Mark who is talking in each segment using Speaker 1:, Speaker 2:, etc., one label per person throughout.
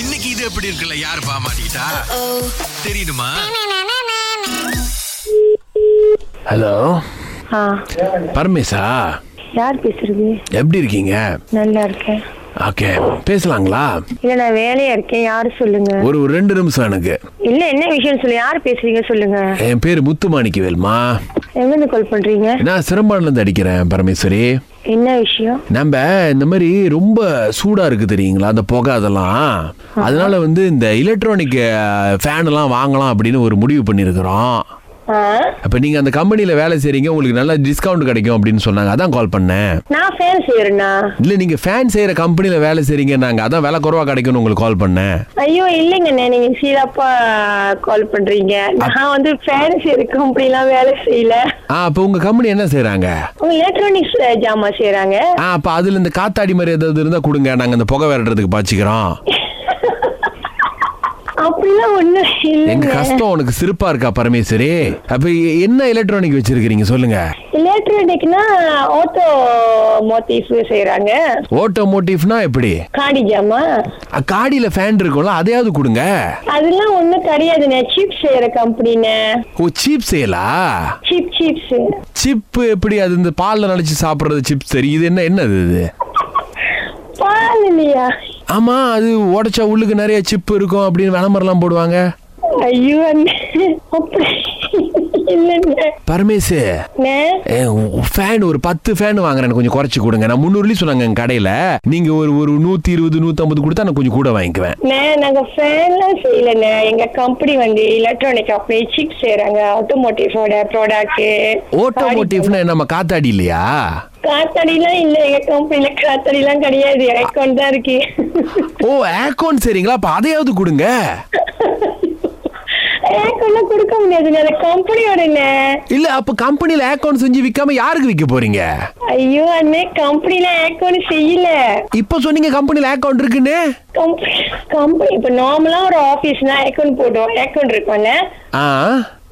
Speaker 1: இன்னைக்கு இது எப்படி இருக்குல்ல யார் பாமாட்டா தெரியுமா
Speaker 2: ஹலோ
Speaker 3: ஆ
Speaker 2: பரமேசா
Speaker 3: யார் பேசுறது
Speaker 2: எப்படி இருக்கீங்க
Speaker 3: நல்லா இருக்கேன்
Speaker 2: ஓகே பேசலாங்களா
Speaker 3: இல்ல நான் வேலையா இருக்கேன் யாரு சொல்லுங்க
Speaker 2: ஒரு ஒரு ரெண்டு நிமிஷம் எனக்கு
Speaker 3: இல்ல என்ன விஷயம் சொல்லு யார் பேசுறீங்க சொல்லுங்க
Speaker 2: என் பேர் முத்து மாணிக்கவேல்மா
Speaker 3: எங்க இருந்து கால் பண்றீங்க
Speaker 2: நான் சிறம்பான்லேருந்து அடிக்கிறேன் பரமேஸ்வரி
Speaker 3: என்ன விஷயம்
Speaker 2: நம்ம இந்த மாதிரி ரொம்ப சூடா இருக்கு தெரியுங்களா அந்த புகை அதெல்லாம் அதனால வந்து இந்த எலக்ட்ரானிக் ஃபேன் எல்லாம் வாங்கலாம் அப்படின்னு ஒரு முடிவு பண்ணியிருக்கிறோம்
Speaker 3: ஆ?
Speaker 2: அப்ப நீங்க அந்த கம்பெனியில வேலை செய்றீங்க உங்களுக்கு நல்ல டிஸ்கவுண்ட் கிடைக்கும் அப்படின்னு சொன்னாங்க அதான் கால் பண்ணேன்
Speaker 3: நான் ஃபேன் செய்யறேனா
Speaker 2: இல்ல நீங்க ஃபேன் செய்யற கம்பெனியில வேலை செய்றீங்க நாங்க அதான் விலை குறைவா கிடைக்கும்னு உங்களுக்கு கால் பண்ணேன்
Speaker 3: ஐயோ இல்லைங்கண்ணே நீங்க சீதாப்பா கால் பண்றீங்க நான் வந்து ஃபேன் செய்யற கம்பெனிலாம் வேலை செய்யல
Speaker 2: ஆ அப்ப உங்க கம்பெனி என்ன செய்றாங்க
Speaker 3: அவங்க எலக்ட்ரானிக்ஸ் ஜாமா செய்யறாங்க
Speaker 2: ஆ அப்ப அதுல இந்த காத்தாடி மாதிரி ஏதாவது இருந்தா கொடுங்க நாங்க அந்த புகை விரட்டுறதுக்கு பாய்ச்சிக்கிறோம்
Speaker 3: அப்படிலாம் ஒண்ணு
Speaker 2: எங்க
Speaker 3: இல்லைங்க
Speaker 2: கஷ்டம் உனக்கு சிரிப்பா இருக்கா பரமேஸ்வரி அப்ப எ- என்ன எலக்ட்ரானிக் வச்சிருக்கீங்க சொல்லுங்க
Speaker 3: எலக்ட்ரானிக்னா ஆட்டோ மோட்டிவ் செய்யறாங்க
Speaker 2: ஓட்டோமோட்டிவ்னா எப்படி
Speaker 3: காடி ஜாமா
Speaker 2: அ, காடியில ஃபேன் இருக்கும்ல அதையாவது கொடுங்க
Speaker 3: அதெல்லாம் ஒண்ணும் கிடையாதுண்ணே சீப் செய்யற கம்பெனிண்ணே
Speaker 2: ஓ சீப் சேலா
Speaker 3: சீப் சீப்ஸ்
Speaker 2: சிப் எப்படி அது இந்த பால்ல நினைச்சு சாப்பிடுறது சிப்ஸ் சரி இது என்ன என்னது இது
Speaker 3: பால் இல்லையா
Speaker 2: ஆமா அது உடைச்சா உள்ளுக்கு நிறைய சிப் இருக்கும் அப்படின்னு விளம்பரம்லாம் போடுவாங்க
Speaker 3: ஐயோ அண்ணே. அப்படி இல்லைண்ணே
Speaker 2: பரமேசு
Speaker 3: அண்ணே,
Speaker 2: ஃபேன் ஒரு பத்து ஃபேன் வாங்குறேன் கொஞ்சம் குறைச்சு கொடுங்க நான் முந்நூறுலி சொன்னாங்க எங்க கடையில நீங்க ஒரு ஒரு நூத்தி இருபது நூத்தம்பது கொடுத்தா நான் கொஞ்சம் கூட வாங்கிக்குவேன்
Speaker 3: அண்ணே, நாங்க ஃபேன்லாம் செய்யலண்ணே எங்க கம்பெனி வந்து எலக்ட்ரானிக் அப்படி சிப் செய்யறாங்க ஆட்டோமோட்டிவோட ப்ராடக்ட்
Speaker 2: ஓட்டோமோட்டிவ்னா நம்ம காத்தாடி இல்லையா
Speaker 3: காத்தாடிலாம் இல்ல எங்க கம்பெனில காத்தாடிலாம் கிடையாது ஐகான் தான் இருக்கு
Speaker 2: ஓ ஏர்கான் சரிங்களா அப்ப அதையாவது கொடுங்க
Speaker 3: ஐகான்லாம் கொடுக்க முடியாது அந்த கம்பெனியோடண்ணே
Speaker 2: இல்ல அப்ப கம்பெனில ஏர்கான் செஞ்சு விக்காம யாருக்கு விக்க போறீங்க
Speaker 3: ஐயோ அண்ணே கம்பெனில ஐகான் செய்யல
Speaker 2: இப்ப சொன்னீங்க கம்பெனில ஏர்கான் இருக்குன்னு
Speaker 3: கம்பெனி இப்ப நார்மலா ஒரு ஆபீஸ்னா அக்கௌண்ட் போடுவோம் அக்கௌண்ட் இருக்கும்ல
Speaker 2: ஆ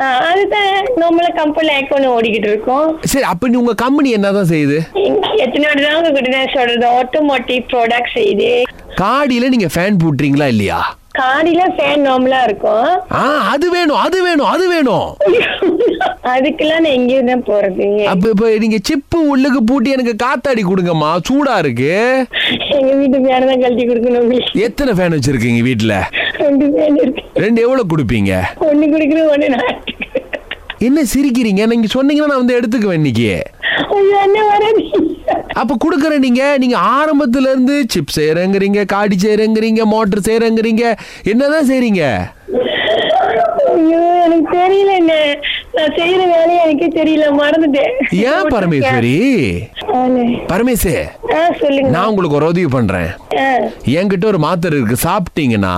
Speaker 3: ஆ, அதுதான் நார்மலா கம்பெனில அக்கௌண்ட் ஓடிக்கிட்டு இருக்கோம்
Speaker 2: சரி அப்ப நீ உங்க கம்பெனி என்னதான் செய்யுது
Speaker 3: இங்க எத்தனை வாட்டி தான் உங்ககிட்ட நான் சொல்றது ஆட்டோமோட்டிவ் ப்ராடக்ட் செய்யுது
Speaker 2: காடியில நீங்க ஃபேன் போட்டுறீங்களா இல்லையா
Speaker 3: காடியில ஃபேன் நார்மலா இருக்கும்
Speaker 2: ஆ அது வேணும் அது வேணும் அது வேணும்
Speaker 3: அதுக்கெல்லாம் நான் எங்க இருந்தா போறது
Speaker 2: அப்ப இப்ப நீங்க சிப்பு உள்ளுக்கு பூட்டி எனக்கு காத்தாடி கொடுங்கம்மா சூடா இருக்கு
Speaker 3: எங்க வீட்டு பேரை தான் கழட்டி கொடுக்கணும் உங்களுக்கு
Speaker 2: எத்தனை ஃபேன் வச்சிருக்கீங்க வீட்ல
Speaker 3: ரெண்டு பேர் இருக்கு
Speaker 2: ரெண்டு எவ்வளவு கொடுப்பீங்க
Speaker 3: ஒண்ணு குடுக்கணும் ஒண்ணு நான் எடுத்துக்கிறேன்.
Speaker 2: என்ன சிரிக்கிறீங்க நீங்க சொன்னீங்கன்னா நான் வந்து எடுத்துக்குவேன் இன்னைக்கு
Speaker 3: ஐயோ என்ன வராது
Speaker 2: அப்ப குடுக்கற நீங்க நீங்க ஆரம்பத்துல இருந்து சிப் செய்யறங்கிறீங்க காடி செய்யறங்கிறீங்க மோட்டர் செய்யறங்கிறீங்க என்னதான் செய்றீங்க
Speaker 3: ஐயோ எனக்கு தெரியல என்ன நான் செய்யற வேலையை எனக்கே தெரியல மறந்துட்டேன்
Speaker 2: ஏன் பரமேஸ்வரி
Speaker 3: ஆளு.
Speaker 2: பரமேசு
Speaker 3: ஆ, சொல்லுங்க
Speaker 2: நான் உங்களுக்கு ஒரு உதவி பண்றேன்
Speaker 3: ஆ,
Speaker 2: என்கிட்ட ஒரு மாத்திரை இருக்கு சாப்பிட்டீங்கன்னா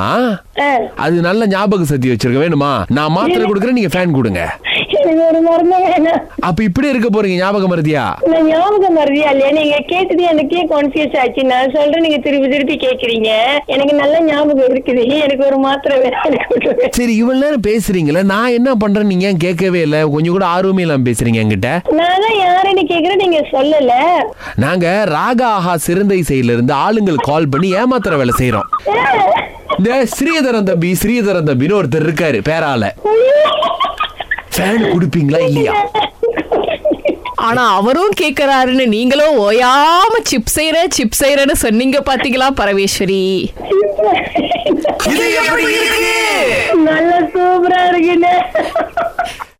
Speaker 3: ஆ.
Speaker 2: அது நல்ல ஞாபக சக்தி வச்சிருக்க வேணுமா நான் மாத்திரை கொடுக்குறேன் நீங்க ஃபேன் கொடுங்க
Speaker 3: எனக்கு ஒரு மருந்து வேணாம்
Speaker 2: அப்ப இப்படி இருக்க போறீங்க ஞாபகம் மருதியா
Speaker 3: நான் ஞாபகம் மறதியா இல்லையா நீங்க கேட்டது எனக்கே கன்ஃபியூஸ் ஆச்சு நான் சொல்றேன் நீங்க திருப்பி திருப்பி கேக்குறீங்க எனக்கு நல்ல ஞாபகம் இருக்குது எனக்கு ஒரு மாத்திரை வேணாம் எனக்கு கொடுங்க.
Speaker 2: சரி இவ்வளவு நேரம் பேசுறீங்களே நான் என்ன பண்றேன் நீங்க ஏன் கேட்கவே இல்லை கொஞ்சம் கூட ஆர்வமே இல்லாம பேசுறீங்க என்கிட்ட
Speaker 3: நான் தான் யாருன்னு கேக்குறேன் நீங்க சொல்லல
Speaker 2: நாங்க ராகா ஆஹா சிறந்த இசையில இருந்து ஆளுங்களுக்கு கால் பண்ணி ஏமாத்துற வேலை செய்றோம்
Speaker 3: ஆ,
Speaker 2: இந்த ஸ்ரீதரன் தம்பி ஸ்ரீதரன் தம்பின்னு ஒருத்தர் இருக்காரு பேரால
Speaker 3: ஐயோ.
Speaker 2: ஃபேன் கொடுப்பீங்களா இல்லையா
Speaker 4: ஆனா அவரும் கேக்குறாருன்னு நீங்களும் ஓயாம சிப் செய்யற சிப் செய்யறன்னு சொன்னீங்க பாத்தீங்களா பரமேஸ்வரி
Speaker 2: இது எப்படி இருக்கு
Speaker 3: நல்ல சூப்பரா இருக்குண்ணே